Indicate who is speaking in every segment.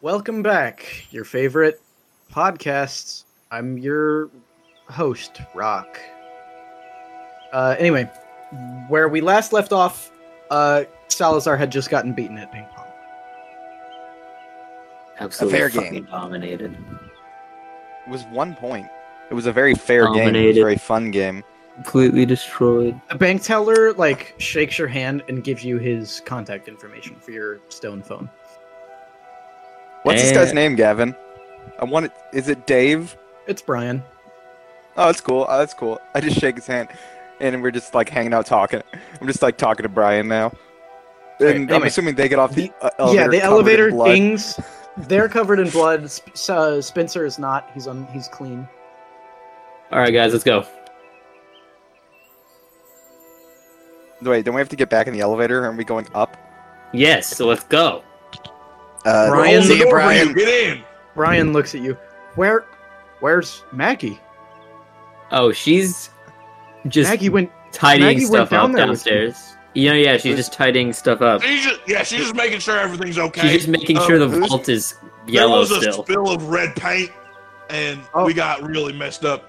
Speaker 1: Welcome back, your favorite podcasts. I'm your host, Rock. Uh, anyway, where we last left off, uh, Salazar had just gotten beaten at ping pong.
Speaker 2: Absolutely
Speaker 3: fair
Speaker 2: fucking
Speaker 3: game.
Speaker 2: dominated.
Speaker 3: It was one point. It was a very fair game. It was
Speaker 2: Dominated.
Speaker 3: a very fun game.
Speaker 2: Completely destroyed.
Speaker 1: The bank teller like shakes your hand and gives you his contact information for your stone phone.
Speaker 3: What's this guy's
Speaker 2: Eh.
Speaker 3: name, Gavin? I want it. Is it Dave?
Speaker 1: It's Brian.
Speaker 3: Oh, that's cool. Oh, that's cool. I just shake his hand, and we're just like hanging out talking. I'm just like talking to Brian now.
Speaker 1: Right,
Speaker 3: And I'm
Speaker 1: anyway.
Speaker 3: assuming they get off the, uh, elevator.
Speaker 1: yeah, the
Speaker 3: covered in
Speaker 1: elevator
Speaker 3: blood.
Speaker 1: dings. They're covered in blood. Sp- uh, Spencer is not. He's on. He's clean.
Speaker 2: All right, guys, let's go.
Speaker 3: Wait, don't we have to get back in the elevator? Aren't we going up?
Speaker 2: Yes, so let's go.
Speaker 3: Uh,
Speaker 1: Brian-
Speaker 3: see you,
Speaker 1: Over
Speaker 3: Brian.
Speaker 4: Get in.
Speaker 1: Brian looks at you. Where, where's Maggie?
Speaker 2: Oh, she's just
Speaker 1: Maggie went.
Speaker 2: tidying
Speaker 1: Maggie went
Speaker 2: stuff
Speaker 1: down
Speaker 2: up
Speaker 1: there with
Speaker 2: downstairs. You know, yeah, she's just tidying stuff up.
Speaker 4: She's just, yeah, she's just making sure everything's okay.
Speaker 2: She's just making
Speaker 4: Um,
Speaker 2: sure the
Speaker 3: who's-
Speaker 2: vault is yellow
Speaker 4: there was a
Speaker 2: still.
Speaker 4: spill of red paint, and
Speaker 1: Oh.
Speaker 4: we got really messed up.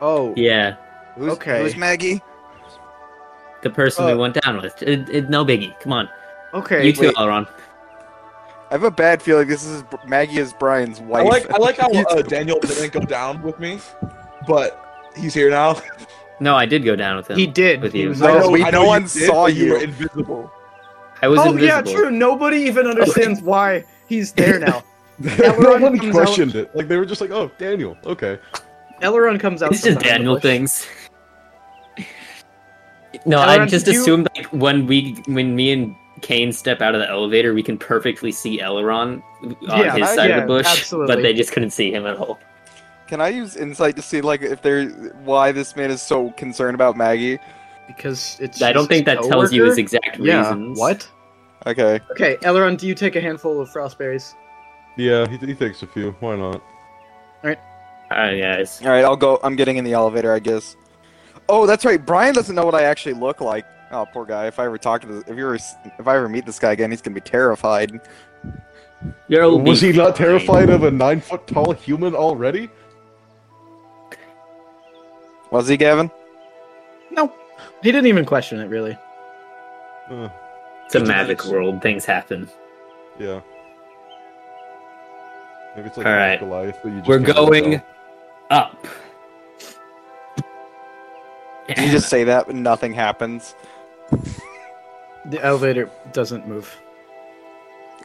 Speaker 1: Oh,
Speaker 2: Yeah,
Speaker 3: Who's,
Speaker 1: Okay.
Speaker 3: Who's Maggie?
Speaker 2: the person
Speaker 1: Uh,
Speaker 2: we went down with. It, it, no biggie. Come on,
Speaker 1: okay.
Speaker 2: you two,
Speaker 3: wait.
Speaker 2: Elrond.
Speaker 3: I have a bad feeling this is Maggie is Brian's
Speaker 4: I
Speaker 3: wife.
Speaker 4: like I like how
Speaker 3: You
Speaker 4: uh,
Speaker 3: too.
Speaker 4: Daniel didn't go down with me, but he's here now.
Speaker 2: No, I did go down with him.
Speaker 1: He did.
Speaker 2: With
Speaker 1: He
Speaker 2: you.
Speaker 1: was
Speaker 3: I
Speaker 1: like,
Speaker 3: know- we-
Speaker 4: you
Speaker 3: no one
Speaker 4: did,
Speaker 3: saw
Speaker 4: but
Speaker 3: you.
Speaker 4: were invisible.
Speaker 2: I was
Speaker 1: oh
Speaker 2: invisible.
Speaker 1: yeah, true. Nobody even understands why he's there now.
Speaker 5: no one
Speaker 1: comes out-
Speaker 5: questioned it. Like they were just like, "Oh, Daniel, okay."
Speaker 1: Elrond comes out.
Speaker 2: It's just
Speaker 1: from behind
Speaker 2: Daniel
Speaker 1: the bush.
Speaker 2: things. No, I
Speaker 1: Elrond,
Speaker 2: just
Speaker 1: did you-
Speaker 2: assumed like when we, when me and Kane step out of the elevator, we can perfectly see Elrond on
Speaker 1: Yeah,
Speaker 2: his
Speaker 3: I-
Speaker 2: side of
Speaker 1: yeah,
Speaker 2: the bush,
Speaker 1: absolutely.
Speaker 2: but they just couldn't see him at all.
Speaker 3: Can I use insight to see like if there why this man is so concerned about Maggie?
Speaker 1: because it's.
Speaker 2: I don't
Speaker 1: just
Speaker 2: think that
Speaker 1: his
Speaker 2: tells you his
Speaker 1: coworker?
Speaker 2: exact
Speaker 1: Yeah.
Speaker 2: reasons.
Speaker 1: What?
Speaker 3: Okay.
Speaker 1: Okay, Elrond, do you take a handful of frostberries?
Speaker 5: Yeah, he, he takes a few. Why not?
Speaker 2: All right, guys.
Speaker 3: All right, I'll go. I'm getting in the elevator, I guess. Oh, that's right. Brian doesn't know what I actually look like. Oh, poor guy. If I ever talk to this, if you were, if I ever meet this guy again, he's gonna be terrified.
Speaker 2: You're old
Speaker 5: Was he
Speaker 2: beak.
Speaker 5: not terrified of a nine foot tall human already?
Speaker 3: Was he, Gavin?
Speaker 1: No, he didn't even question it. Really,
Speaker 5: Uh,
Speaker 2: It's a magic world. Things happen.
Speaker 5: yeah. Maybe it's like
Speaker 2: All right.
Speaker 5: Goliath, but you just
Speaker 2: We're
Speaker 5: can't really
Speaker 2: going
Speaker 5: tell.
Speaker 2: up.
Speaker 3: Did you just say that, but nothing happens.
Speaker 1: the elevator doesn't move.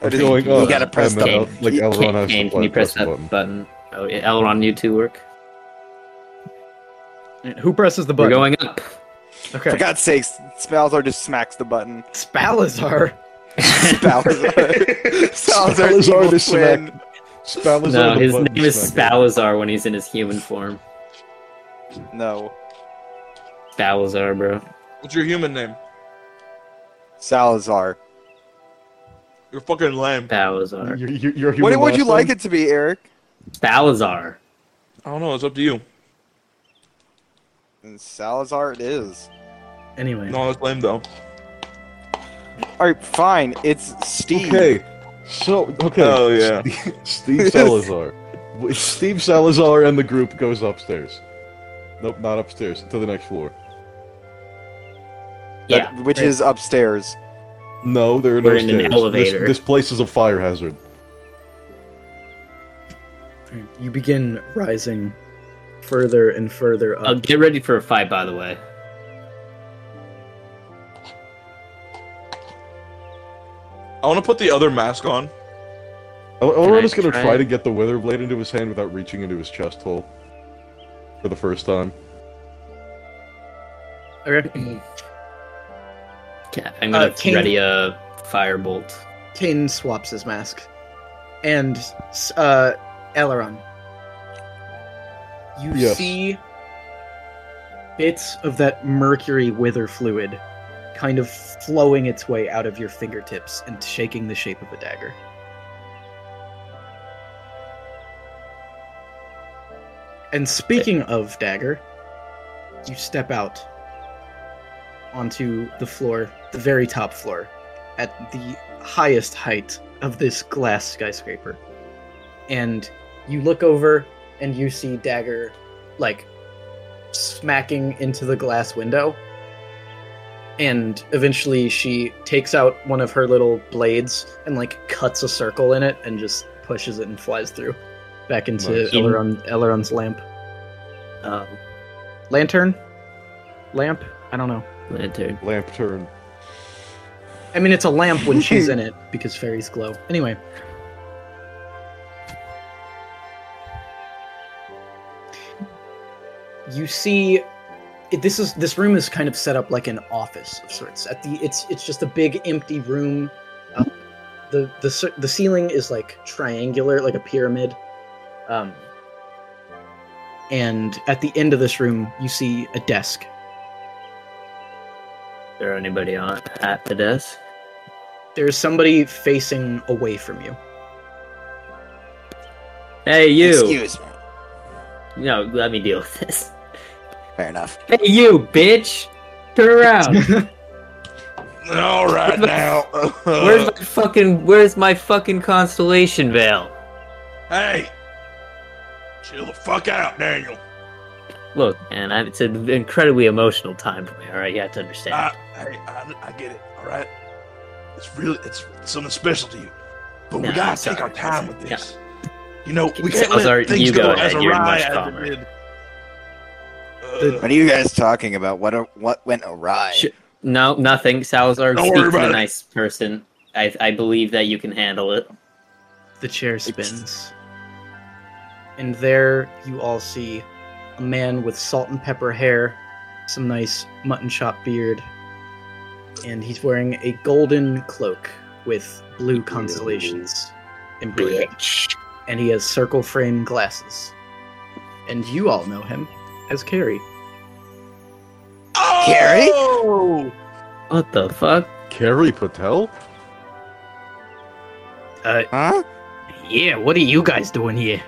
Speaker 3: Or did
Speaker 5: Going
Speaker 3: he,
Speaker 5: up.
Speaker 3: You gotta press
Speaker 5: I'm
Speaker 3: the.
Speaker 5: out.
Speaker 2: Kane,
Speaker 5: Like
Speaker 2: you-
Speaker 5: Elrond
Speaker 2: Kane,
Speaker 5: has to
Speaker 2: Kane, can
Speaker 5: like
Speaker 2: you press
Speaker 5: press
Speaker 2: that
Speaker 5: the button.
Speaker 2: button? Oh, yeah, Elrond, you two work.
Speaker 1: Who presses the
Speaker 2: We're
Speaker 1: button?
Speaker 2: going up.
Speaker 1: okay,
Speaker 3: For God's sakes, Spalzar just smacks the button.
Speaker 1: Spalazar.
Speaker 3: Spalzar. Spalzar,
Speaker 5: Spalzar
Speaker 3: evil
Speaker 5: just
Speaker 3: twin.
Speaker 5: Spalazar
Speaker 2: no,
Speaker 5: the
Speaker 2: his
Speaker 5: button
Speaker 2: name is
Speaker 5: smacker.
Speaker 2: Spalazar when he's in his human form.
Speaker 3: No,
Speaker 2: Spalazar, bro.
Speaker 4: What's your human name?
Speaker 3: Salazar.
Speaker 4: You're fucking lame.
Speaker 2: Spalazar.
Speaker 5: Your, your, your
Speaker 3: What
Speaker 5: human
Speaker 3: would you
Speaker 5: last
Speaker 3: like
Speaker 5: name?
Speaker 3: it to be, Eric?
Speaker 2: Spalazar.
Speaker 4: I don't know. It's up to you.
Speaker 3: And Salazar it is.
Speaker 1: Anyway,
Speaker 4: No, that's lame though.
Speaker 3: All right, fine. It's Steve.
Speaker 5: Okay. So okay.
Speaker 4: Oh, yeah.
Speaker 5: Steve, Steve Salazar. W- Steve Salazar and the group goes upstairs. Nope, not upstairs. To the next floor.
Speaker 2: Yeah.
Speaker 3: That- which is upstairs.
Speaker 5: No, there are
Speaker 2: We're
Speaker 5: no
Speaker 2: in an
Speaker 5: stairs. This-
Speaker 2: elevator.
Speaker 5: This, place is a fire hazard.
Speaker 1: you begin rising further and further
Speaker 2: Uh,
Speaker 1: up.
Speaker 2: get ready for a fight, by the way.
Speaker 4: I want to put the other mask on.
Speaker 5: El- Elrond is gonna
Speaker 2: try
Speaker 5: try
Speaker 2: it?
Speaker 5: to get the wither blade into his hand without reaching into his chest hole for the first time.
Speaker 1: Okay.
Speaker 2: Yeah, I'm gonna
Speaker 1: Uh, Kane-
Speaker 2: ready a firebolt.
Speaker 1: Kane swaps his mask, and uh, Aileron. You
Speaker 5: Yes.
Speaker 1: see bits of that mercury wither fluid kind of flowing its way out of your fingertips and shaking the shape of a dagger. And speaking of dagger, you step out onto the floor, the very top floor, at the highest height of this glass skyscraper. And you look over and you see Dagger like smacking into the glass window. And eventually she takes out one of her little blades and like cuts a circle in it and just pushes it and flies through back into
Speaker 5: Nice.
Speaker 1: Elrond, Elrond's lamp.
Speaker 2: Um,
Speaker 1: Lantern? Lamp? I don't know.
Speaker 2: lantern.
Speaker 5: Lamp turn.
Speaker 1: I mean, it's a lamp when she's in it because fairies glow. Anyway. You see, it, this is this room is kind of set up like an office of sorts. At the it's it's just a big empty room. Uh, the the cer- the ceiling is like triangular, like a pyramid. Um, and at the end of this room, you see a desk.
Speaker 2: Is there anybody on at the desk?
Speaker 1: There's somebody facing away from you.
Speaker 2: Hey, you.
Speaker 3: Excuse me.
Speaker 2: No, let me deal with this.
Speaker 3: Fair enough.
Speaker 2: Hey, you bitch! Turn around.
Speaker 4: All right now.
Speaker 2: where's my fucking Where's my fucking constellation veil?
Speaker 4: hey, chill the fuck out, Daniel.
Speaker 2: Look, man, I, it's an incredibly emotional time for me. All right, you have to understand.
Speaker 4: I, hey, I, I get it. All right, it's really it's something special to you, but we
Speaker 2: No,
Speaker 4: gotta
Speaker 2: sorry.
Speaker 4: take our time with this. You know, we
Speaker 2: So-
Speaker 4: can't let
Speaker 2: sorry,
Speaker 4: things
Speaker 2: you
Speaker 4: go,
Speaker 2: go
Speaker 4: as
Speaker 2: ahead, you're
Speaker 4: awry
Speaker 2: much
Speaker 4: as
Speaker 2: calmer.
Speaker 4: it did.
Speaker 1: The-
Speaker 4: Uh,
Speaker 3: What are you guys talking about? What a- what went awry?
Speaker 2: Sh- no, nothing. Salazar,
Speaker 4: Don't
Speaker 2: speak
Speaker 4: worry
Speaker 2: to
Speaker 4: about
Speaker 2: the
Speaker 4: it.
Speaker 2: nice person. I, I believe that you can handle it.
Speaker 1: The chair spins. And there you all see a man with salt and pepper hair, some nice mutton chop beard, and he's wearing a golden cloak with blue constellations embroidered. And he has circle frame glasses. And you all know him as Carrie.
Speaker 3: Carrie?
Speaker 4: Uh, Oh!
Speaker 2: What the fuck?
Speaker 5: Carrie Patel?
Speaker 1: Uh,
Speaker 3: Huh?
Speaker 1: yeah, what are you guys doing here?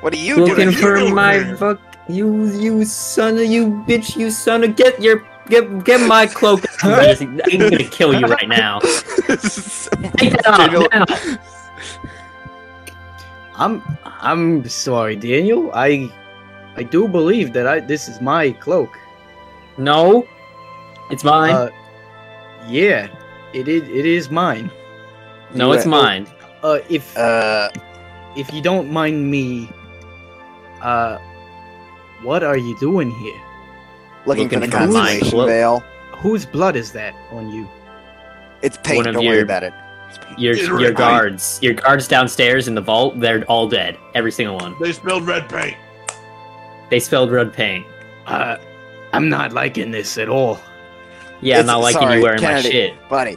Speaker 3: What are you
Speaker 2: Looking
Speaker 3: doing?
Speaker 2: for
Speaker 4: you
Speaker 2: my
Speaker 4: doing?
Speaker 2: fuck you you son of you bitch you son of get your get get my cloak. I'm gonna kill you right now. Take that
Speaker 3: Daniel-
Speaker 2: off now.
Speaker 1: I'm I'm sorry, Daniel. I I do believe that I this is my cloak.
Speaker 2: No, it's mine.
Speaker 1: Uh, yeah, it is. It is mine.
Speaker 2: no, it's
Speaker 3: yeah.
Speaker 2: mine.
Speaker 1: Uh, if
Speaker 3: uh,
Speaker 1: if you don't mind me, uh, what are you doing here?
Speaker 3: looking, for the
Speaker 2: Looking for my
Speaker 3: constellation
Speaker 2: cloak.
Speaker 3: veil.
Speaker 1: Whose blood is that on you?
Speaker 3: It's paint.
Speaker 2: One of
Speaker 3: Don't worry
Speaker 2: your-
Speaker 3: about it.
Speaker 2: Your
Speaker 4: Get
Speaker 2: your
Speaker 4: rid-
Speaker 2: guards, your guards downstairs in the vault, they're all dead. Every single one.
Speaker 4: They spilled red paint.
Speaker 2: They spelled red paint.
Speaker 1: Uh, I'm not liking this at all.
Speaker 2: Yeah, I'm
Speaker 3: It's-
Speaker 2: not liking
Speaker 3: sorry,
Speaker 2: you wearing
Speaker 3: Kennedy.
Speaker 2: my shit,
Speaker 3: Buddy,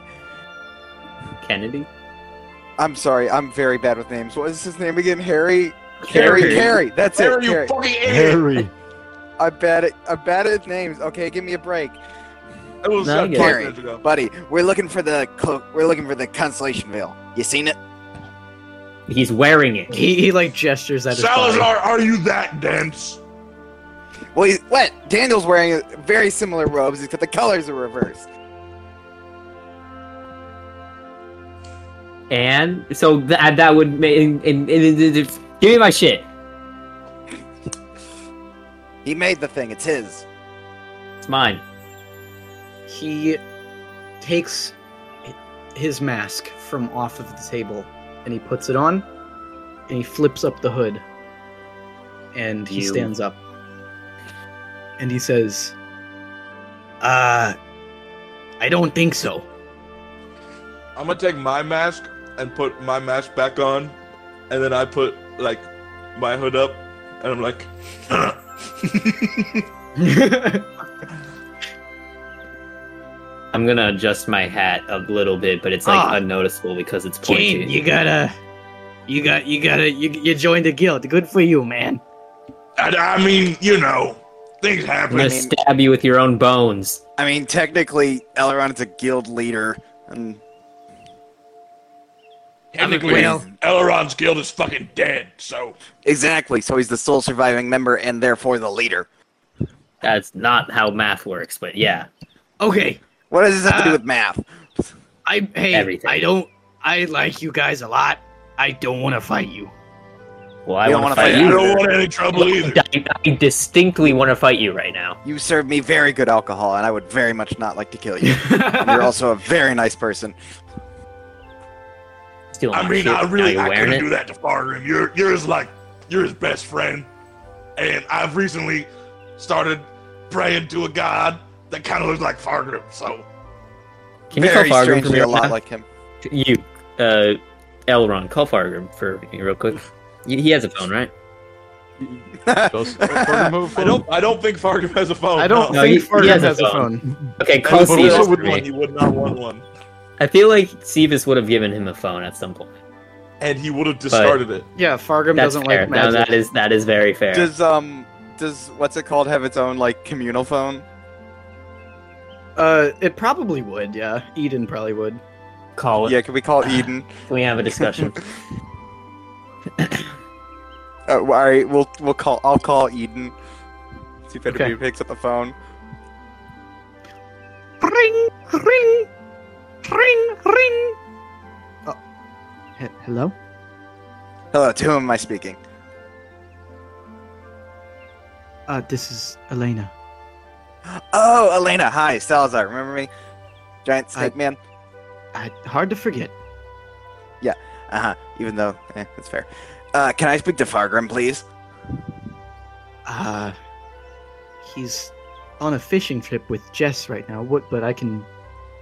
Speaker 2: Kennedy.
Speaker 3: I'm sorry. I'm very bad with names. What is his name again? Harry. Harry.
Speaker 2: Carrie.
Speaker 3: Carrie. That's
Speaker 4: Where are
Speaker 3: it.
Speaker 4: you
Speaker 3: Carrie.
Speaker 4: fucking idiot?
Speaker 5: Harry.
Speaker 3: I'm bad at I'm bad at names. Okay, give me a break,
Speaker 4: It was
Speaker 2: No, I
Speaker 4: uh,
Speaker 2: get
Speaker 4: five
Speaker 3: it. Carrie.
Speaker 4: minutes ago.
Speaker 3: buddy. We're looking for the cloak. We're looking for the constellation veil. You seen it?
Speaker 2: He's wearing it.
Speaker 1: He, he like gestures at his body.
Speaker 4: Salazar, are you that dense?
Speaker 3: Well, he's, what? Daniel's wearing very similar robes, except the colors are reversed.
Speaker 2: And so that that would make and, and- and- and- and- give me my shit.
Speaker 3: He made the thing. It's his.
Speaker 2: It's mine.
Speaker 1: He takes his mask from off of the table and he puts it on and he flips up the hood and he
Speaker 2: You.
Speaker 1: stands up and he says, Uh, I don't think so.
Speaker 4: I'm gonna take my mask and put my mask back on, and then I put like my hood up, and I'm like,
Speaker 2: I'm gonna adjust my hat a little bit, but it's like
Speaker 1: Ah.
Speaker 2: unnoticeable because it's pointy.
Speaker 1: Kane, you gotta. You got, you gotta, you, you joined the guild. Good for you, man.
Speaker 4: I, I mean, you know, things
Speaker 2: I'm
Speaker 4: happen.
Speaker 2: gonna
Speaker 3: I mean-
Speaker 2: stab you with your own bones.
Speaker 3: I mean, technically, Elrond is a guild leader. And
Speaker 4: Technically,
Speaker 1: well-
Speaker 4: Elrond's guild is fucking dead, so
Speaker 3: exactly. So he's the sole surviving member, and therefore the leader.
Speaker 2: That's not how math works, but yeah.
Speaker 1: Okay,
Speaker 3: What does this have to do
Speaker 1: Uh,
Speaker 3: with math?
Speaker 1: I hey,
Speaker 2: Everything.
Speaker 1: I don't. I like you guys a lot. I don't want to fight you.
Speaker 2: Well, I
Speaker 3: We don't
Speaker 2: want to
Speaker 3: wanna
Speaker 2: fight
Speaker 3: fight
Speaker 4: I
Speaker 2: you.
Speaker 4: don't want any trouble either.
Speaker 2: I, I distinctly want to fight you right now.
Speaker 3: You served me very good alcohol, and I would very much not like to kill you. And you're also a very nice person.
Speaker 2: Stealing
Speaker 4: I
Speaker 2: my
Speaker 4: mean,
Speaker 2: shit.
Speaker 4: I
Speaker 2: now
Speaker 4: really
Speaker 2: you're
Speaker 4: I
Speaker 2: wearing
Speaker 4: couldn't
Speaker 2: it.
Speaker 4: do that to Fargrim. You're you're his like you're his best friend, and I've recently started praying to a god that kind of looks like Fargrim. So
Speaker 2: Can you
Speaker 3: very
Speaker 2: call Fargrim for me
Speaker 3: strangely, a
Speaker 2: right
Speaker 3: lot
Speaker 2: now?
Speaker 3: like him.
Speaker 2: you, uh, Elrond, call Fargrim for me real quick. He he has a phone, right?
Speaker 5: Does- Fargo move
Speaker 4: I
Speaker 5: forward?
Speaker 4: don't I don't think Fargrim has a phone.
Speaker 1: I don't
Speaker 2: No,
Speaker 1: think
Speaker 2: he-
Speaker 1: Fargo
Speaker 2: he has a
Speaker 1: has a
Speaker 2: phone.
Speaker 1: phone.
Speaker 2: Okay,
Speaker 4: I
Speaker 2: call
Speaker 4: don't think
Speaker 2: Seavis
Speaker 4: Fargo
Speaker 2: for
Speaker 4: would want-
Speaker 2: me.
Speaker 4: He would not want one,
Speaker 2: I feel like Seavis would have given him a phone at some point.
Speaker 4: and he would have discarded it.
Speaker 1: Yeah, Fargrim
Speaker 2: That's
Speaker 1: doesn't
Speaker 2: fair.
Speaker 1: like
Speaker 2: no,
Speaker 1: magic.
Speaker 2: that is that is very fair.
Speaker 3: Does um does what's it called have its own like communal phone?
Speaker 1: Uh, it probably would. Yeah, Eden probably would.
Speaker 2: call it.
Speaker 3: Yeah, can we call it Eden?
Speaker 2: Can we have a discussion?
Speaker 3: Uh, all right, we'll we'll call. I'll call Eden. See if anybody
Speaker 1: Okay.
Speaker 3: picks up the phone.
Speaker 1: Ring, ring, ring, ring. Oh, he- hello.
Speaker 3: Hello, to whom am I speaking?
Speaker 1: Uh, this is Elena.
Speaker 3: Oh, Elena. Hi, Salazar. Remember me? Giant
Speaker 1: Hi.
Speaker 3: snake man.
Speaker 1: I, hard to forget.
Speaker 3: Uh huh. Even though, eh, that's fair. Uh, can I speak to Fargrim, please?
Speaker 1: Uh, he's on a fishing trip with Jess right now. What? But I can.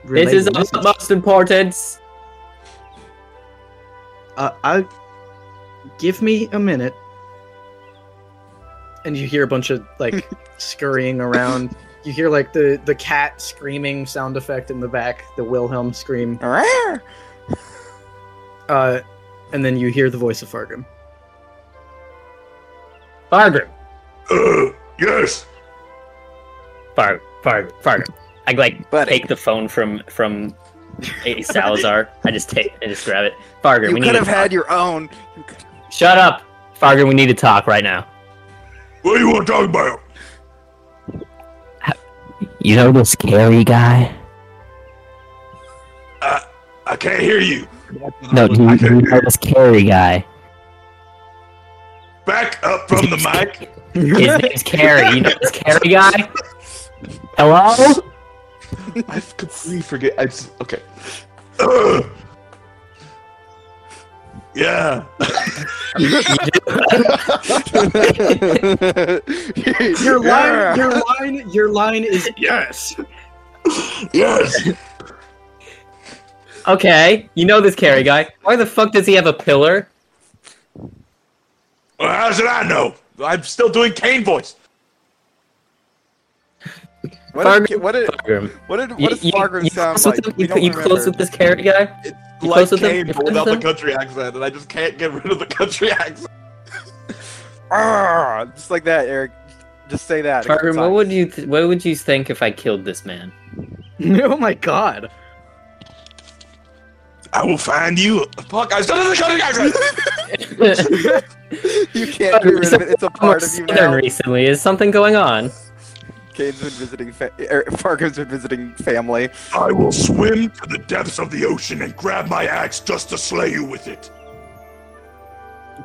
Speaker 1: relay
Speaker 2: this is
Speaker 1: the
Speaker 2: of
Speaker 1: message.
Speaker 2: utmost importance.
Speaker 1: Uh, I give me a minute, and you hear a bunch of like scurrying around. You hear like the the cat screaming sound effect in the back, the Wilhelm scream,
Speaker 3: Rawr.
Speaker 1: uh, and then you hear the voice of Fargrim.
Speaker 2: Fargrim,
Speaker 4: Uh, yes,
Speaker 2: Fargrim, Fargrim, Fargrim. I like
Speaker 3: Buddy.
Speaker 2: take the phone from from a Salazar. I just take I just grab it. Fargrim,
Speaker 3: You
Speaker 2: we need
Speaker 3: could
Speaker 2: to
Speaker 3: have
Speaker 2: talk.
Speaker 3: had your own. You could-
Speaker 2: Shut up, Fargrim. We need to talk right now.
Speaker 4: what do you want to talk about?
Speaker 2: You know this scary guy?
Speaker 4: I I can't hear you.
Speaker 2: No, do you,
Speaker 4: I can't
Speaker 2: you know this Carey guy?
Speaker 4: Back up from the mic.
Speaker 2: His name's Carey. You know this Carey guy? Hello?
Speaker 4: I completely forget. I just, okay. Uh, yeah.
Speaker 1: Your
Speaker 3: Yeah.
Speaker 1: line, your line, your line is yes.
Speaker 4: Yes.
Speaker 2: Okay, you know this Carey guy. Why the fuck does he have a pillar?
Speaker 4: Well, how should I know? I'm still doing cane voice.
Speaker 3: What did,
Speaker 2: Fargrim.
Speaker 3: what did,
Speaker 2: Fargrim.
Speaker 3: what did, what does Fargrim
Speaker 2: you
Speaker 3: sound
Speaker 2: close
Speaker 3: like?
Speaker 2: with him?
Speaker 3: We
Speaker 2: You,
Speaker 3: don't
Speaker 2: you close
Speaker 3: remember.
Speaker 2: with this Carey guy? You
Speaker 4: like
Speaker 2: close with
Speaker 4: Kane
Speaker 2: him? You
Speaker 4: but
Speaker 2: close with
Speaker 4: without the
Speaker 2: him?
Speaker 4: country accent, and I just can't get rid of the country accent.
Speaker 3: Ah, just like that, Eric. Just say that. a couple
Speaker 2: Fargrim, what
Speaker 3: times.
Speaker 2: would you th- what would you think if I killed this man?
Speaker 1: oh my god.
Speaker 4: I will find you. Fuck, I still have the country accent.
Speaker 3: You can't get rid of it. It's a part of you
Speaker 2: Southern
Speaker 3: now.
Speaker 2: recently. Is something going on?
Speaker 3: Kane's been visiting. Fa- er, Fargo's been visiting family.
Speaker 4: I will swim to the depths of the ocean and grab my axe just to slay you with it.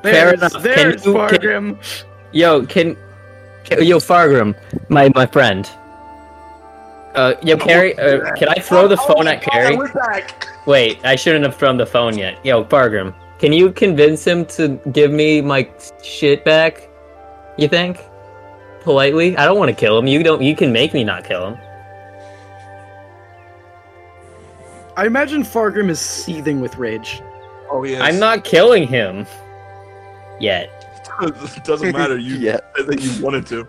Speaker 2: Fair
Speaker 1: There's,
Speaker 2: enough. Can
Speaker 1: there's
Speaker 2: you- can-
Speaker 1: Fargrim.
Speaker 2: Yo, can, can yo Fargrim, my my friend. Uh, yo, Carrie, uh, can I throw the phone at Carrie?
Speaker 4: Oh, We're back.
Speaker 2: Wait, I shouldn't have thrown the phone yet. Yo, Fargrim, can you convince him to give me my shit back? You think? Politely, I don't want to kill him. You don't. You can make me not kill him.
Speaker 1: I imagine Fargrim is seething with rage.
Speaker 4: Oh yes.
Speaker 2: I'm not killing him. Yet,
Speaker 4: it doesn't matter. You
Speaker 3: Yeah.
Speaker 4: said that you wanted to.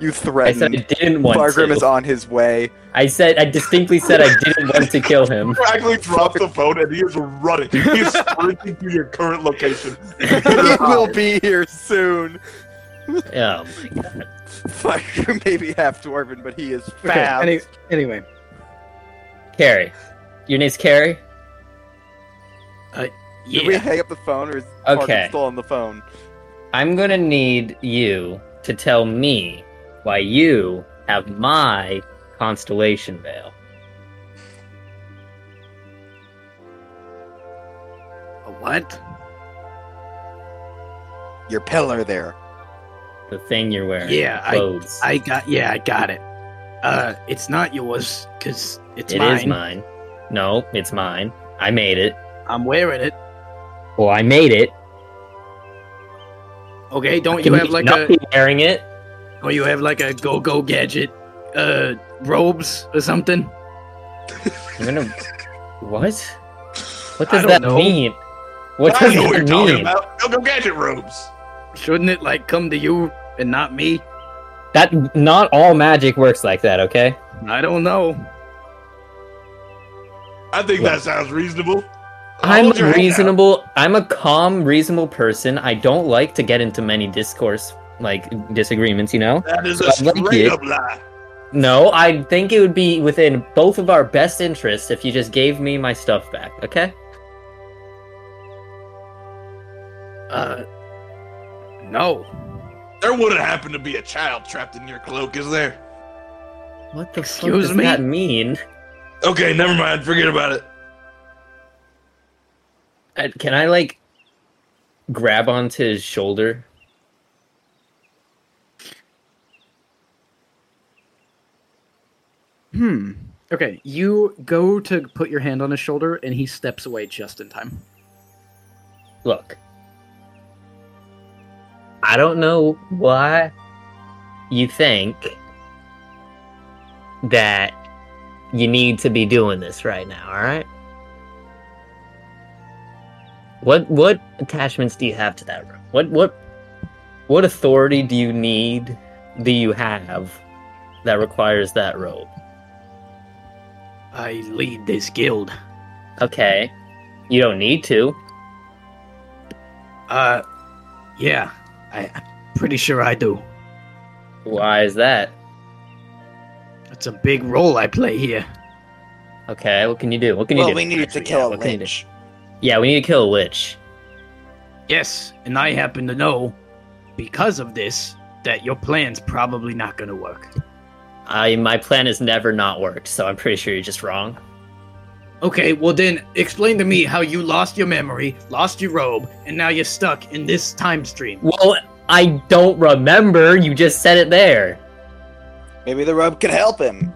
Speaker 3: You
Speaker 2: I said I
Speaker 3: threatened.
Speaker 2: didn't want
Speaker 3: Fargrim
Speaker 2: to.
Speaker 3: is on his way.
Speaker 2: I said I distinctly said I didn't want to kill him.
Speaker 4: You actually dropped the phone and he is running. He is sprinting to your current location.
Speaker 3: he will be here soon.
Speaker 2: Oh,
Speaker 3: Fargrim may be half dwarven, but he is
Speaker 1: Okay,
Speaker 3: fast.
Speaker 1: any- anyway,
Speaker 2: Carrie, your name's Carrie.
Speaker 3: Did we hang up the phone, or is Fargrim
Speaker 2: Okay.
Speaker 3: still on the phone?
Speaker 2: I'm gonna need you to tell me why you have my constellation veil.
Speaker 1: A what?
Speaker 3: Your pillar there.
Speaker 2: The thing you're wearing.
Speaker 1: Yeah,
Speaker 2: the
Speaker 1: I-
Speaker 2: clothes.
Speaker 1: I got. Yeah, I got it. Uh, it's not yours because it's
Speaker 2: It
Speaker 1: mine.
Speaker 2: is mine. No, it's mine. I made it.
Speaker 1: I'm wearing it.
Speaker 2: Well, I made it.
Speaker 1: Okay, don't you
Speaker 2: Can
Speaker 1: have like
Speaker 2: not
Speaker 1: a?
Speaker 2: be wearing it?
Speaker 1: Don't you have like a go go gadget? Uh, robes or something?
Speaker 2: I'm gonna. what? What
Speaker 1: I
Speaker 2: does
Speaker 1: don't
Speaker 2: that
Speaker 1: know.
Speaker 2: mean? What
Speaker 4: I
Speaker 2: does
Speaker 4: know what you're
Speaker 2: that
Speaker 4: talking
Speaker 2: mean?
Speaker 4: about. Go go gadget robes.
Speaker 1: Shouldn't it like come to you and not me?
Speaker 2: That not all magic works like that. Okay.
Speaker 1: I don't know.
Speaker 4: I think
Speaker 2: Yeah.
Speaker 4: that sounds reasonable.
Speaker 2: I'm
Speaker 4: Hold your
Speaker 2: a
Speaker 4: hand
Speaker 2: reasonable. I'm a calm, reasonable person. I don't like to get into many discourse like disagreements. You know.
Speaker 4: out. That is
Speaker 2: So
Speaker 4: a
Speaker 2: I'd like
Speaker 4: straight
Speaker 2: it.
Speaker 4: up lie.
Speaker 2: No, I think it would be within both of our best interests if you just gave me my stuff back. Okay.
Speaker 1: Uh, no.
Speaker 4: There wouldn't happen to be a child trapped in your cloak, is there?
Speaker 2: What the fuck
Speaker 1: Excuse
Speaker 2: does
Speaker 1: me?
Speaker 2: that mean?
Speaker 4: Okay, never mind. Forget about it.
Speaker 2: Uh, Can I like grab onto his shoulder?
Speaker 1: Hmm. Okay, you go to put your hand on his shoulder, and he steps away just in time.
Speaker 2: Look, I don't know why you think that you need to be doing this right now, all right? What what attachments do you have to that room? What what what authority do you need do you have that requires that robe?
Speaker 1: I lead this guild.
Speaker 2: Okay. You don't need to.
Speaker 1: Uh, yeah, I, I'm pretty sure I do.
Speaker 2: Why is that?
Speaker 1: It's a big role I play here.
Speaker 2: Okay, what can you do? What can you
Speaker 3: well,
Speaker 2: do?
Speaker 3: we needed to
Speaker 2: Actually,
Speaker 3: kill
Speaker 2: yeah,
Speaker 3: a
Speaker 2: what can you do?
Speaker 3: lich.
Speaker 2: Yeah, we need to kill a lich.
Speaker 1: Yes, and I happen to know, because of this, that your plan's probably not gonna work.
Speaker 2: I my plan has never not worked, so I'm pretty sure you're just wrong.
Speaker 1: Okay, well then, explain to me how you lost your memory, lost your robe, and now you're stuck in this time stream.
Speaker 2: Well, I don't remember. You just said it there.
Speaker 3: Maybe the robe could help him.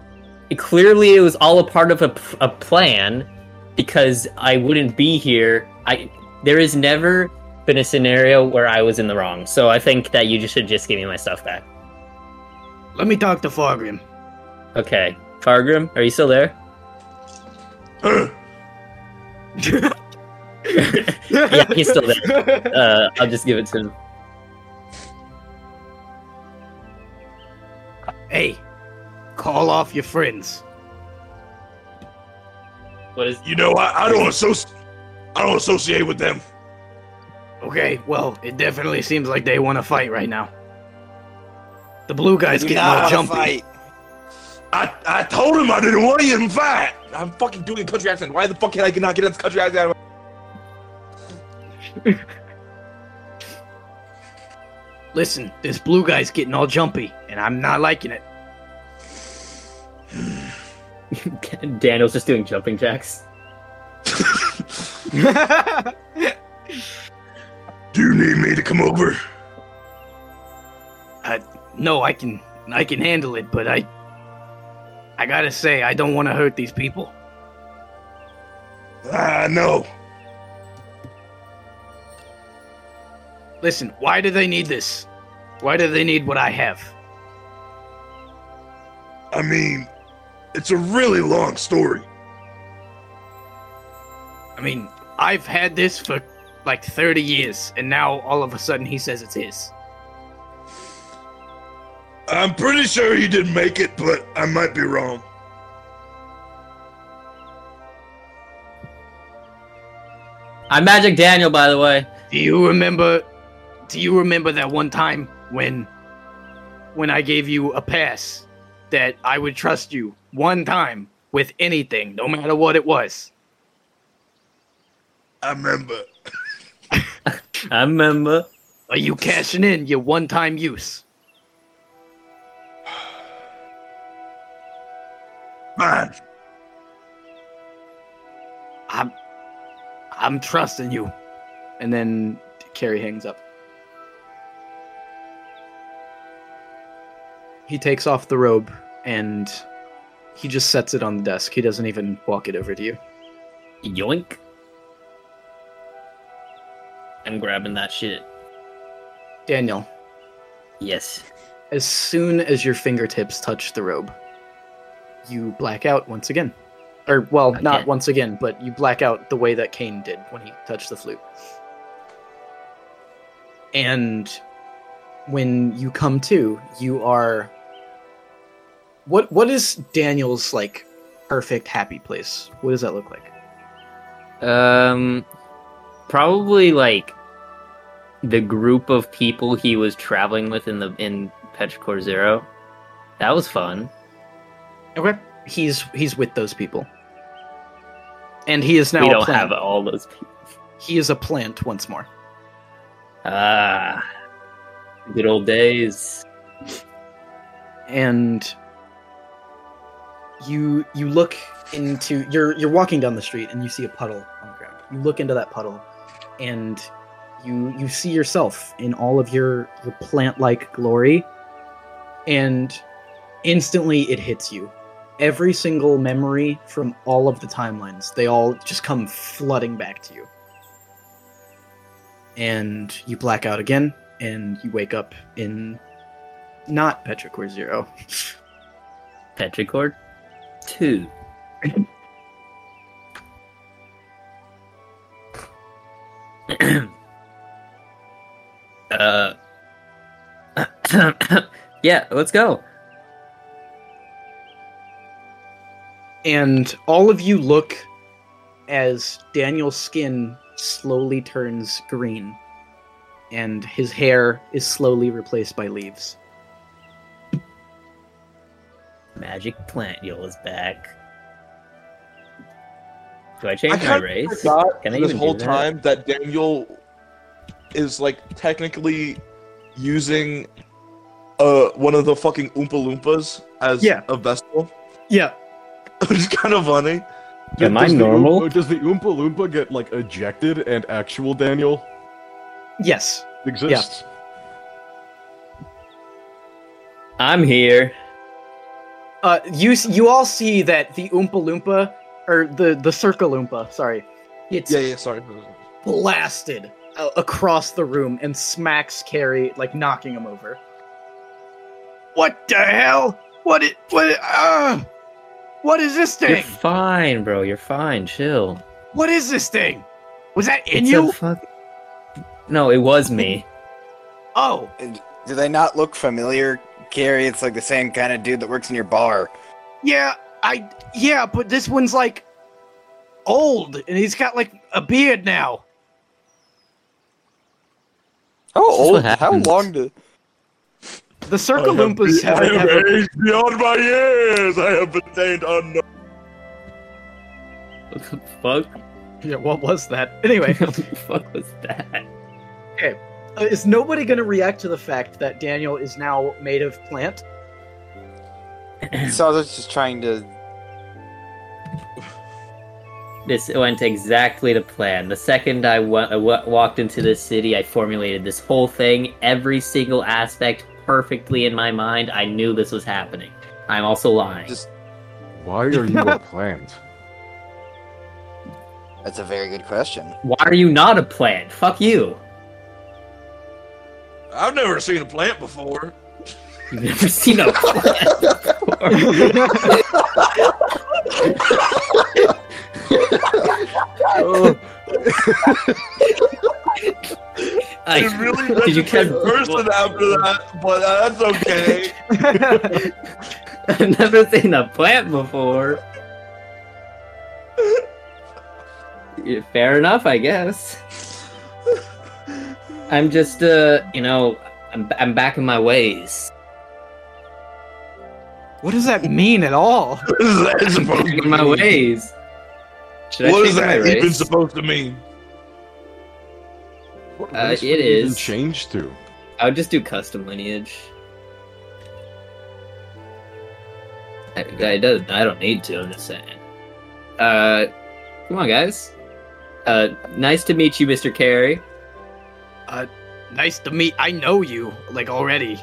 Speaker 2: It- clearly, it was all a part of a, p- a plan because I wouldn't be here. I there has never been a scenario where I was in the wrong. So I think that you just should just give me my stuff back.
Speaker 1: Let me talk to Fargrim.
Speaker 2: Okay, Fargrim, are you still there?
Speaker 4: Huh.
Speaker 2: Yeah, he's still there. Uh, I'll just give it to him.
Speaker 1: Hey, call off your friends.
Speaker 2: What is?
Speaker 4: You know, I, I don't associate. I don't associate with them.
Speaker 1: Okay, well, it definitely seems like they want to fight right now. The blue guy's
Speaker 3: Do
Speaker 1: getting
Speaker 3: not
Speaker 1: all
Speaker 3: wanna
Speaker 1: jumpy.
Speaker 3: fight.
Speaker 4: I, I told him I didn't want to even fight. I'm fucking doing a country accent. Why the fuck can I not get this country accent out of
Speaker 1: Listen, this blue guy's getting all jumpy, and I'm not liking it.
Speaker 2: Daniel's just doing jumping jacks.
Speaker 4: Do you need me to come over?
Speaker 1: No, I can, I can handle it, but I, I gotta say, I don't want to hurt these people.
Speaker 4: Ah, no.
Speaker 1: Listen, why do they need this? Why do they need what I have?
Speaker 4: I mean, it's a really long story.
Speaker 1: I mean, I've had this for like 30 years, and now all of a sudden he says it's his.
Speaker 4: I'm pretty sure you didn't make it, but I might be wrong.
Speaker 2: I'm Magic Daniel, by the way.
Speaker 1: Do you remember? Do you remember that one time when, when I gave you a pass, that I would trust you one time with anything, no matter what it was?
Speaker 4: I remember.
Speaker 2: I remember.
Speaker 1: Are you cashing in your one-time use?
Speaker 4: Fine.
Speaker 1: I'm, I'm trusting you. And then Carrie hangs up. He takes off the robe and he just sets it on the desk. He doesn't even walk it over to you.
Speaker 2: Yoink. I'm grabbing that shit.
Speaker 1: Daniel,
Speaker 2: Yes.
Speaker 1: as soon as your fingertips touch the robe, you black out once again. Or, well,
Speaker 2: I
Speaker 1: not
Speaker 2: can't.
Speaker 1: once again, but you black out the way that Kane did when he touched the flute. And when you come to, you are. What What is Daniel's, like, perfect happy place? What does that look like?
Speaker 2: Um, probably like the group of people he was traveling with in the in Petrichor Zero. That was fun.
Speaker 1: Okay. He's he's with those people. And he is now
Speaker 2: we
Speaker 1: a
Speaker 2: don't
Speaker 1: plant.
Speaker 2: have all those people.
Speaker 1: He is a plant once more.
Speaker 2: Ah, good old days.
Speaker 1: and you you look into you're you're walking down the street and you see a puddle on the ground. You look into that puddle and you you see yourself in all of your your plant-like glory and instantly it hits you. Every single memory from all of the timelines, they all just come flooding back to you. And you black out again and you wake up in not Petrichor Zero.
Speaker 2: Petrichor two. uh, yeah, let's go.
Speaker 1: And all of you look as Daniel's skin slowly turns green and his hair is slowly replaced by leaves.
Speaker 2: Magic plant yo is back. Do I change my
Speaker 4: kinda
Speaker 2: race?
Speaker 4: forgot
Speaker 2: Can I
Speaker 4: this
Speaker 2: even
Speaker 4: whole
Speaker 2: do that?
Speaker 4: time that Daniel is like technically using uh one of the fucking Oompa Loompas as
Speaker 1: Yeah.
Speaker 4: a vessel,
Speaker 1: Yeah.
Speaker 4: which is kind of funny.
Speaker 5: Does-
Speaker 2: Am I
Speaker 5: does the Oom-
Speaker 2: normal?
Speaker 5: does the Oompa Loompa get like ejected and actual Daniel
Speaker 1: Yes.
Speaker 5: exists?
Speaker 2: I'm here.
Speaker 1: Uh, you s- you all see that the Oompa Loompa or the the Circa Loompa, sorry, it's
Speaker 4: Yeah, yeah, sorry.
Speaker 1: blasted a- across the room and smacks Carrie, like knocking him over. What the hell? What it? What? Uh, what is this
Speaker 2: You're fine, bro. You're fine. Chill.
Speaker 1: What is this thing? Was that in
Speaker 2: It's a
Speaker 1: you?
Speaker 2: fuck- No, it was me.
Speaker 1: oh,
Speaker 3: Do they not look familiar, Gary? It's like the same kind of dude that works in your bar.
Speaker 1: yeah, I yeah, but this one's like old and he's got like a beard now.
Speaker 3: How
Speaker 2: This is what
Speaker 3: old? How
Speaker 2: happens.
Speaker 3: long do?
Speaker 1: The Circle Loompas
Speaker 4: I have,
Speaker 1: have,
Speaker 4: be- I
Speaker 1: have
Speaker 4: have
Speaker 1: a,
Speaker 4: aged beyond my years. I have attained unknown.
Speaker 2: What the fuck?
Speaker 1: yeah, what was that? Anyway,
Speaker 2: What the fuck was that?
Speaker 1: uh, is nobody going to react to the fact that Daniel is now made of plant?
Speaker 3: So I was just trying to.
Speaker 2: This went exactly to plan. The second I wa- I wa- walked into this city, I formulated this whole thing, every single aspect perfectly in my mind. I knew this was happening. I'm also lying.
Speaker 3: Just-
Speaker 5: Why are you a plant?
Speaker 3: That's a very good question.
Speaker 2: Why are you not a plant? Fuck you.
Speaker 4: I've never seen a plant before.
Speaker 2: You've never seen a plant before.
Speaker 5: Oh,
Speaker 2: I-
Speaker 4: it really went
Speaker 2: Did you
Speaker 4: to my
Speaker 2: catch-
Speaker 4: person after that, but that's okay.
Speaker 2: I've never seen a plant before. Yeah, Fair enough, I guess. I'm just, uh, you know, I'm, I'm back in my ways.
Speaker 1: what does that mean at all?
Speaker 4: what is that supposed
Speaker 2: Back
Speaker 4: to
Speaker 2: in my
Speaker 4: mean?
Speaker 2: ways. Should
Speaker 4: What is
Speaker 2: change my
Speaker 4: that
Speaker 2: race?
Speaker 4: even supposed to mean?
Speaker 5: what
Speaker 2: Uh,
Speaker 5: race
Speaker 2: it
Speaker 5: would you even
Speaker 2: is.
Speaker 5: change to.
Speaker 2: I would just do custom lineage. I, I, don't, I don't need to, I'm just saying. Uh, come on, guys. Uh, nice to meet you, Mr. Carey.
Speaker 1: Nice to meet. I know you like already.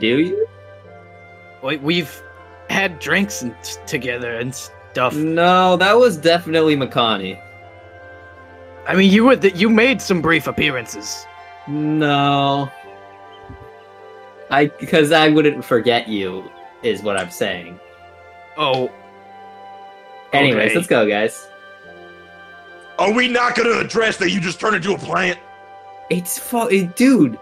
Speaker 2: Do you?
Speaker 1: We- We've had drinks and s- together and stuff.
Speaker 2: No, that was definitely Makani.
Speaker 1: I mean, you were the, you made some brief appearances.
Speaker 2: No. I because I wouldn't forget you is what I'm saying.
Speaker 1: Oh,
Speaker 2: Anyways,
Speaker 1: Okay.
Speaker 2: let's go, guys.
Speaker 4: Are we not gonna address that you just turned into a plant?
Speaker 2: It's fu- it, dude.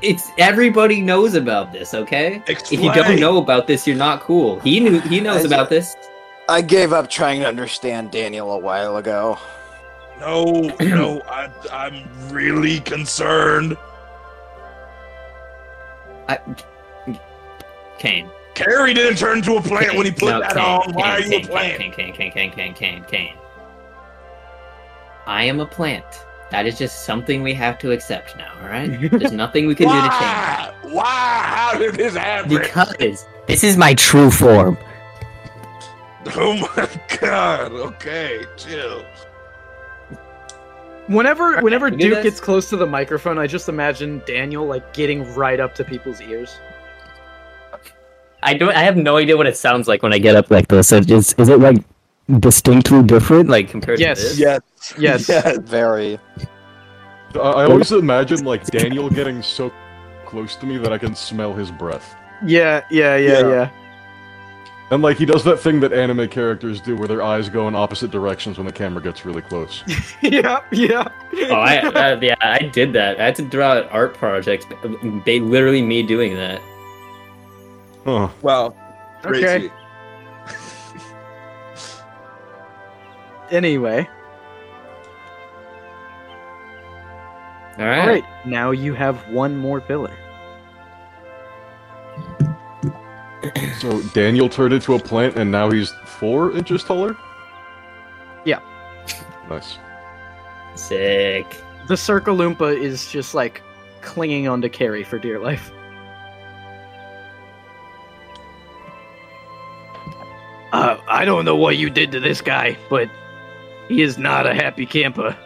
Speaker 2: It's everybody knows about this, okay?
Speaker 4: Explain.
Speaker 2: If you don't know about this, you're not cool. He knew he knows
Speaker 3: I-
Speaker 2: about this.
Speaker 3: I gave up trying to understand Daniel a while ago.
Speaker 4: No, no, I, I'm really concerned.
Speaker 2: Kane.
Speaker 4: Carrie didn't turn into a plant when he put
Speaker 2: No,
Speaker 4: that
Speaker 2: Kane,
Speaker 4: on. Why are
Speaker 2: Kane,
Speaker 4: you a
Speaker 2: Kane,
Speaker 4: plant?
Speaker 2: Kane, Kane, Kane, Kane, Kane, Kane, Kane. I am a plant. That is just something we have to accept now, all right? There's nothing we can do to change. it.
Speaker 4: Why? Why? How did this happen?
Speaker 2: Because this is my true form.
Speaker 4: oh my god. Okay, chill.
Speaker 1: whenever whenever
Speaker 2: we do
Speaker 1: Duke
Speaker 2: this?
Speaker 1: gets close to the microphone, I just imagine Daniel like getting right up to people's ears.
Speaker 2: I don't. I have no idea what it sounds like when I get up like this. So is is it like distinctly different, like compared
Speaker 1: Yes.
Speaker 2: to this?
Speaker 3: Yes.
Speaker 1: Yes.
Speaker 3: Very.
Speaker 5: I, I always imagine like Daniel getting so close to me that I can smell his breath.
Speaker 1: Yeah, yeah, yeah,
Speaker 3: Yeah.
Speaker 1: yeah.
Speaker 5: And like he does that thing that anime characters do where their eyes go in opposite directions when the camera gets really close.
Speaker 1: Yeah, yeah.
Speaker 2: Oh, I, uh, yeah, I did that. I had to draw an art project. They literally me doing that.
Speaker 5: Huh.
Speaker 3: Well,
Speaker 1: okay. Anyway,
Speaker 2: All right.
Speaker 1: all right. Now you have one more pillar.
Speaker 5: So Daniel turned into a plant and now he's four inches taller?
Speaker 1: Yeah.
Speaker 5: Nice.
Speaker 2: Sick.
Speaker 1: The Circaloompa is just like clinging onto Carrie for dear life. Uh, I don't know what you did to this guy, but he is not a happy camper.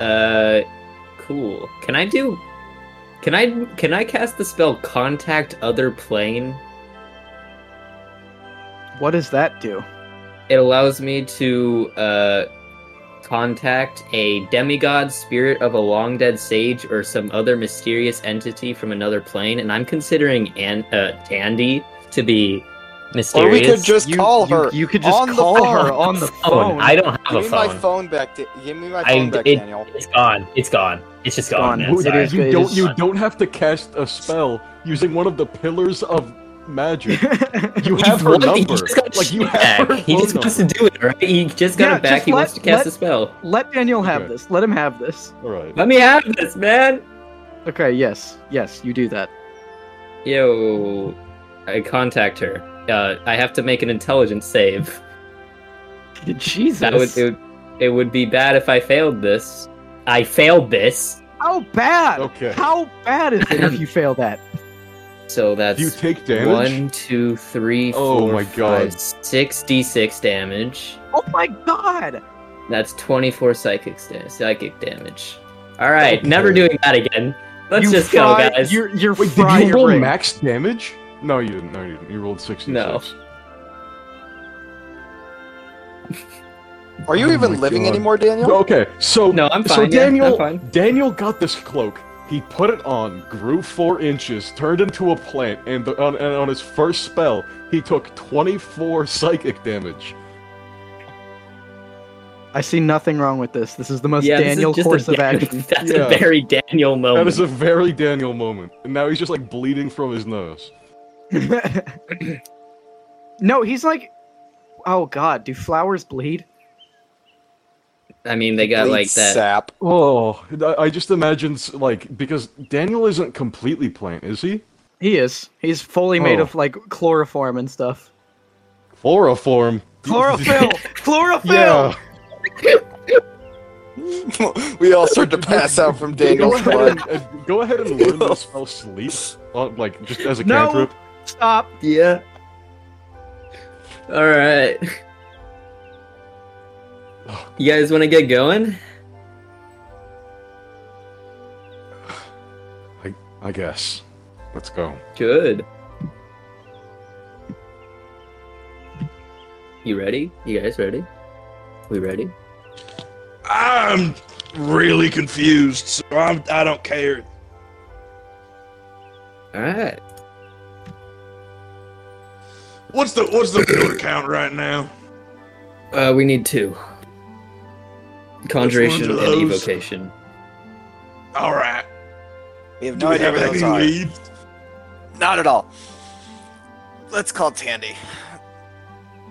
Speaker 2: Uh, cool. Can I do? Can I can I cast the spell contact other plane?
Speaker 1: What does that do?
Speaker 2: It allows me to uh, contact a demigod, spirit of a long dead sage, or some other mysterious entity from another plane. And I'm considering An- uh, Tandy to be mysterious.
Speaker 3: or we could just
Speaker 1: You-
Speaker 3: call
Speaker 1: you-
Speaker 3: her.
Speaker 1: You, could just
Speaker 3: on the
Speaker 1: call her
Speaker 3: phone.
Speaker 1: on the
Speaker 2: phone.
Speaker 1: phone.
Speaker 2: I don't have
Speaker 3: Give
Speaker 2: a
Speaker 3: me my
Speaker 2: phone.
Speaker 3: phone back. Da- Give me my
Speaker 2: I-
Speaker 3: phone back,
Speaker 2: it-
Speaker 3: Daniel.
Speaker 2: It's gone. It's gone. It's just
Speaker 1: Gone.
Speaker 2: gone. man.
Speaker 1: Who- it
Speaker 2: Sorry.
Speaker 1: is- it is-
Speaker 5: don't have to cast a spell using one of the pillars of magic. You
Speaker 2: He wants- he just got shit back. He just wants to do it, right? He just got
Speaker 1: Yeah,
Speaker 2: it back.
Speaker 1: just
Speaker 2: He wants
Speaker 1: let-
Speaker 2: to cast
Speaker 1: let-
Speaker 2: a spell.
Speaker 1: Let Daniel have
Speaker 5: Okay.
Speaker 1: this. Let him have this.
Speaker 5: All right.
Speaker 2: Let me have this, man.
Speaker 1: Okay, yes. Yes, you do that.
Speaker 2: Yo, I contact her. Uh, I have to make an intelligence save.
Speaker 1: Jesus.
Speaker 2: That would it, would it would be bad if I failed this. I failed this,
Speaker 1: How bad?
Speaker 5: Okay.
Speaker 1: How bad is it if you fail that?
Speaker 2: so
Speaker 5: Do you
Speaker 2: that's
Speaker 5: take damage?
Speaker 2: one, two, three,
Speaker 5: Oh
Speaker 2: four,
Speaker 5: my God.
Speaker 2: five, six d6 damage.
Speaker 1: Oh my god!
Speaker 2: That's twenty-four psychic da- psychic damage. All right,
Speaker 5: Okay.
Speaker 2: never doing that again. Let's
Speaker 1: You
Speaker 2: just
Speaker 1: fry-
Speaker 2: go, guys.
Speaker 1: You're, you're
Speaker 5: Wait, did you roll max damage? No, you didn't. No, you didn't. You rolled 66.
Speaker 2: No.
Speaker 3: Are you
Speaker 5: Oh my
Speaker 3: even living
Speaker 5: God.
Speaker 3: anymore, Daniel?
Speaker 5: Okay, so
Speaker 2: No, I'm
Speaker 5: So
Speaker 2: fine, yeah, I'm
Speaker 5: Daniel,
Speaker 2: fine.
Speaker 5: Daniel got this cloak. He put it on, grew four inches, turned into a plant, and, the, on, and on his first spell, he took 24 psychic damage.
Speaker 1: I see nothing wrong with this. This is the most
Speaker 2: yeah, this is
Speaker 1: Daniel
Speaker 2: just a
Speaker 1: course of
Speaker 2: Dan-
Speaker 1: action.
Speaker 2: That's
Speaker 5: Yeah.
Speaker 2: a very Daniel
Speaker 5: That
Speaker 2: moment.
Speaker 5: is a very Daniel moment. And now he's just like bleeding from his nose.
Speaker 1: no, he's like, oh god, do flowers bleed?
Speaker 2: I mean, they got
Speaker 3: Bleed
Speaker 2: like that.
Speaker 3: Sap.
Speaker 5: Oh, I, I just imagined like because Daniel isn't completely plant, is he?
Speaker 1: He is. He's fully made
Speaker 5: Oh.
Speaker 1: of like chloroform and stuff.
Speaker 5: Chloroform.
Speaker 1: Chlorophyll! Chlorophyll!
Speaker 5: yeah.
Speaker 3: we all start to pass out from
Speaker 5: Go
Speaker 3: Daniel's
Speaker 5: ahead,
Speaker 3: blood.
Speaker 5: and, and Uh, go ahead and learn the spell sleep, uh, like just as a
Speaker 1: No.
Speaker 5: cantrip.
Speaker 1: Stop!
Speaker 2: Yeah. All right. You guys want to get going?
Speaker 5: I guess. Let's go.
Speaker 2: Good. You ready? You guys ready? We ready?
Speaker 4: I'm really confused, so I'm, I don't care.
Speaker 2: All right.
Speaker 4: What's the what's the builder count right now?
Speaker 2: Uh, we need two. Conjuration
Speaker 4: Which
Speaker 2: and
Speaker 4: ones are those?
Speaker 2: evocation.
Speaker 4: All right.
Speaker 3: We have
Speaker 4: Do
Speaker 3: no
Speaker 4: we
Speaker 3: idea
Speaker 4: have
Speaker 3: where those
Speaker 4: any
Speaker 3: are.
Speaker 4: lead?
Speaker 3: Not at all. Let's call Tandy.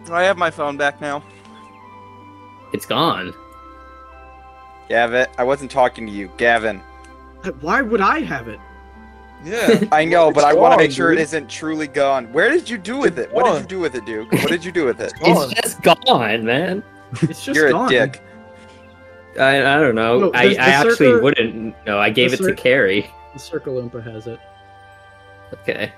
Speaker 3: Do I have my phone back now?
Speaker 2: It's gone.
Speaker 3: Gavin, I wasn't talking to you, Gavin.
Speaker 1: Why would I have it?
Speaker 4: Yeah.
Speaker 3: I know, but I
Speaker 5: It's
Speaker 3: want to
Speaker 5: gone,
Speaker 3: make sure
Speaker 5: dude.
Speaker 3: it isn't truly gone. Where did you do with it?
Speaker 5: It's
Speaker 3: What did
Speaker 5: gone.
Speaker 3: you do with it, Duke? What did you do with it?
Speaker 2: It's just gone, man.
Speaker 1: It's just
Speaker 3: You're
Speaker 1: gone.
Speaker 3: a dick.
Speaker 2: I, I don't know.
Speaker 1: No,
Speaker 2: I, I
Speaker 1: the- the
Speaker 2: actually
Speaker 1: circular-
Speaker 2: wouldn't. No, I gave
Speaker 1: the
Speaker 2: it to
Speaker 1: cir-
Speaker 2: Carrie.
Speaker 1: The Circle Oompa has it.
Speaker 2: Okay.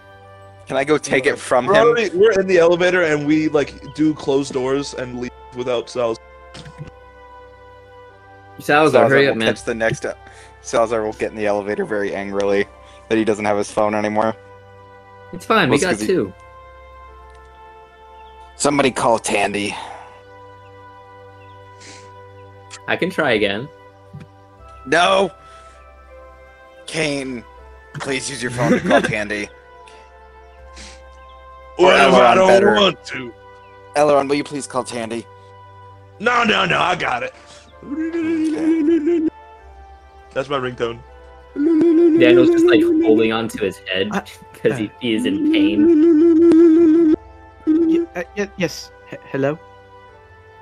Speaker 3: Can I go take it from
Speaker 4: We're,
Speaker 3: him?
Speaker 4: already, we're in the elevator and we like do close doors and leave without cells.
Speaker 2: Salazar, hurry up,
Speaker 3: will
Speaker 2: man.
Speaker 3: catch the next. e-, Salazar will get in the elevator very angrily that he doesn't have his phone anymore.
Speaker 2: It's fine. We
Speaker 3: Must
Speaker 2: got
Speaker 3: be-
Speaker 2: two.
Speaker 3: Somebody call Tandy.
Speaker 2: I can try again.
Speaker 3: No. Kane, please use your phone to call Tandy.
Speaker 4: Well,
Speaker 3: Well,
Speaker 4: I
Speaker 3: I'm
Speaker 4: don't
Speaker 3: better.
Speaker 4: want to.
Speaker 3: Elrond, will you please call Tandy?
Speaker 4: No, no, no. I got it. That's my ringtone.
Speaker 2: Daniel's just like holding onto his head because he, he is in pain.
Speaker 1: Y- uh, y- yes. H- hello.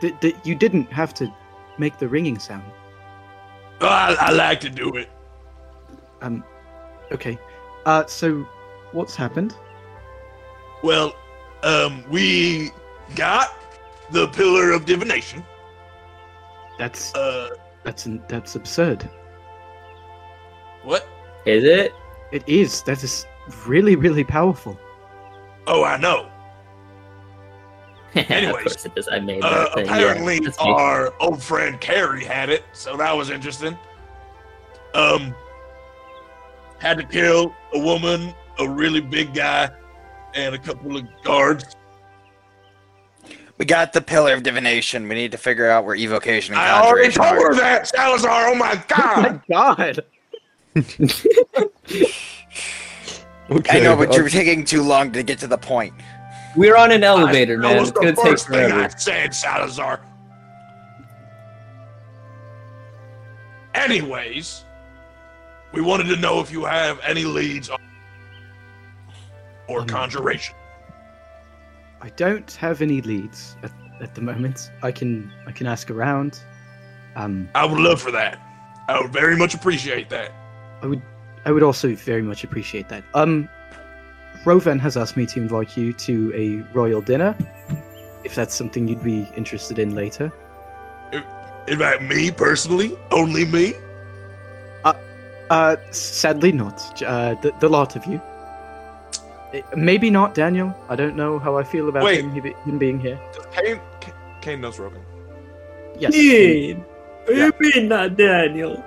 Speaker 1: D- d- you didn't have to make the ringing sound.
Speaker 4: Oh, I, I like to do it.
Speaker 1: Um. Okay. Uh. So, what's happened?
Speaker 4: Well, um, we got the pillar of divination.
Speaker 1: That's
Speaker 4: Uh,
Speaker 1: that's that's absurd.
Speaker 4: what?
Speaker 2: Is it?
Speaker 1: It is. That is really really powerful.
Speaker 4: Oh, I know.
Speaker 2: of
Speaker 4: Anyways,
Speaker 2: course it is. I made
Speaker 4: Uh,
Speaker 2: that thing. yeah.
Speaker 4: apparently, uh,
Speaker 2: That's me.
Speaker 4: our old friend Carrie had it, so that was interesting. Um, had to kill a woman, a really big guy, and a couple of guards.
Speaker 2: Oh
Speaker 3: We got the pillar of divination. We need to figure out where evocation and
Speaker 4: I already
Speaker 3: conjuration
Speaker 4: told
Speaker 3: are.
Speaker 4: her that Salazar. Oh my god!
Speaker 1: God.
Speaker 5: Okay.
Speaker 3: I know, but
Speaker 5: uh,
Speaker 3: you're taking too long to get to the point.
Speaker 2: We're on an elevator,
Speaker 4: That
Speaker 2: man.
Speaker 4: was
Speaker 2: It's gonna
Speaker 4: the
Speaker 2: take
Speaker 4: first thing I
Speaker 2: forever.
Speaker 4: said, Salazar. Anyways, we wanted to know if you have any leads on or
Speaker 1: Um,
Speaker 2: Mm-hmm.
Speaker 4: conjuration.
Speaker 1: I don't have any leads at, at the moment. I can I can ask around. Um.
Speaker 4: I would love for that. I would very much appreciate that.
Speaker 1: I would I would also very much appreciate that. Um. Rovan has asked me to invite you to a royal dinner, if that's something you'd be interested in later.
Speaker 4: In fact, me personally, only me.
Speaker 1: Uh, sadly not. J- Uh, the, the lot of you. Eh, Maybe not Daniel. I don't know how I feel about
Speaker 4: Wait.
Speaker 1: him, he be- him being here.
Speaker 4: Kane, Kane knows Rogan.
Speaker 1: Yes.
Speaker 2: What
Speaker 4: do you
Speaker 2: mean, not Daniel?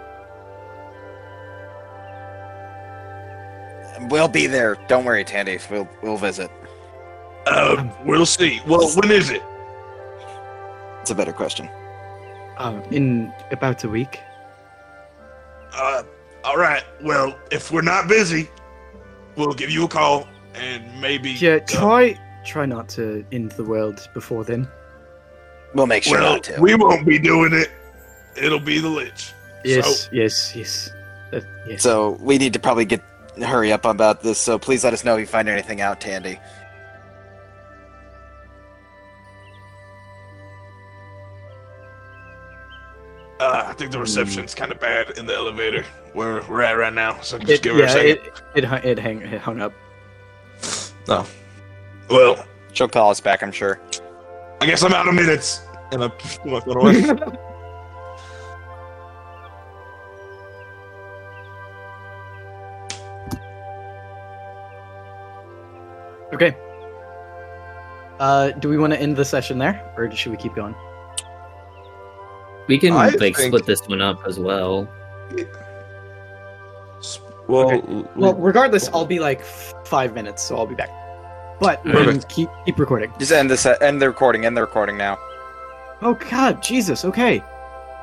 Speaker 3: We'll be there. Don't worry, Tandy. We'll we'll visit.
Speaker 4: Um, we'll see. Well, when is it?
Speaker 3: It's a better question.
Speaker 1: Um, in about a week.
Speaker 4: Uh, all right. Well, if we're not busy, we'll give you a call and maybe.
Speaker 1: Yeah.
Speaker 4: uh,
Speaker 1: Try try not to end the world before then.
Speaker 3: We'll make sure
Speaker 4: well,
Speaker 3: not to.
Speaker 4: we won't be doing it. It'll be the lich.
Speaker 1: Yes.
Speaker 4: So,
Speaker 1: yes. Yes. Uh, yes.
Speaker 3: So we need to probably get hurry up about this. So please let us know if you find anything out, Tandy.
Speaker 4: uh, I think the reception's kind of bad in the elevator where we're at right now. So just
Speaker 1: It-
Speaker 4: give her a
Speaker 1: yeah,
Speaker 4: second.
Speaker 1: it, it, hu- it, hang, it hung up.
Speaker 4: well,
Speaker 3: She'll call us back, I'm sure.
Speaker 4: I guess I'm out of minutes. And I put my phone away.
Speaker 1: Okay. Uh, do we want to end the session there, or should we keep going?
Speaker 2: We can
Speaker 3: I
Speaker 2: like
Speaker 3: think-
Speaker 2: split this one up as well.
Speaker 6: Well,
Speaker 1: Well, regardless, I'll be like f- five minutes, so I'll be back. But we can keep keep recording.
Speaker 3: Just end this. End the recording. End the recording now.
Speaker 1: Oh God, Jesus. Okay.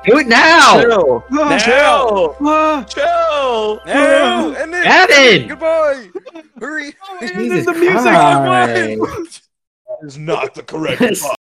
Speaker 2: Do it now!
Speaker 6: chill,
Speaker 1: Ah,
Speaker 6: chill,
Speaker 1: ah,
Speaker 6: chill.
Speaker 3: No, end it.
Speaker 2: Gavin!
Speaker 3: Goodbye. Hurry.
Speaker 1: Jesus
Speaker 2: Jesus
Speaker 1: the music.
Speaker 2: Christ.
Speaker 4: That is not the correct
Speaker 2: That's
Speaker 4: response.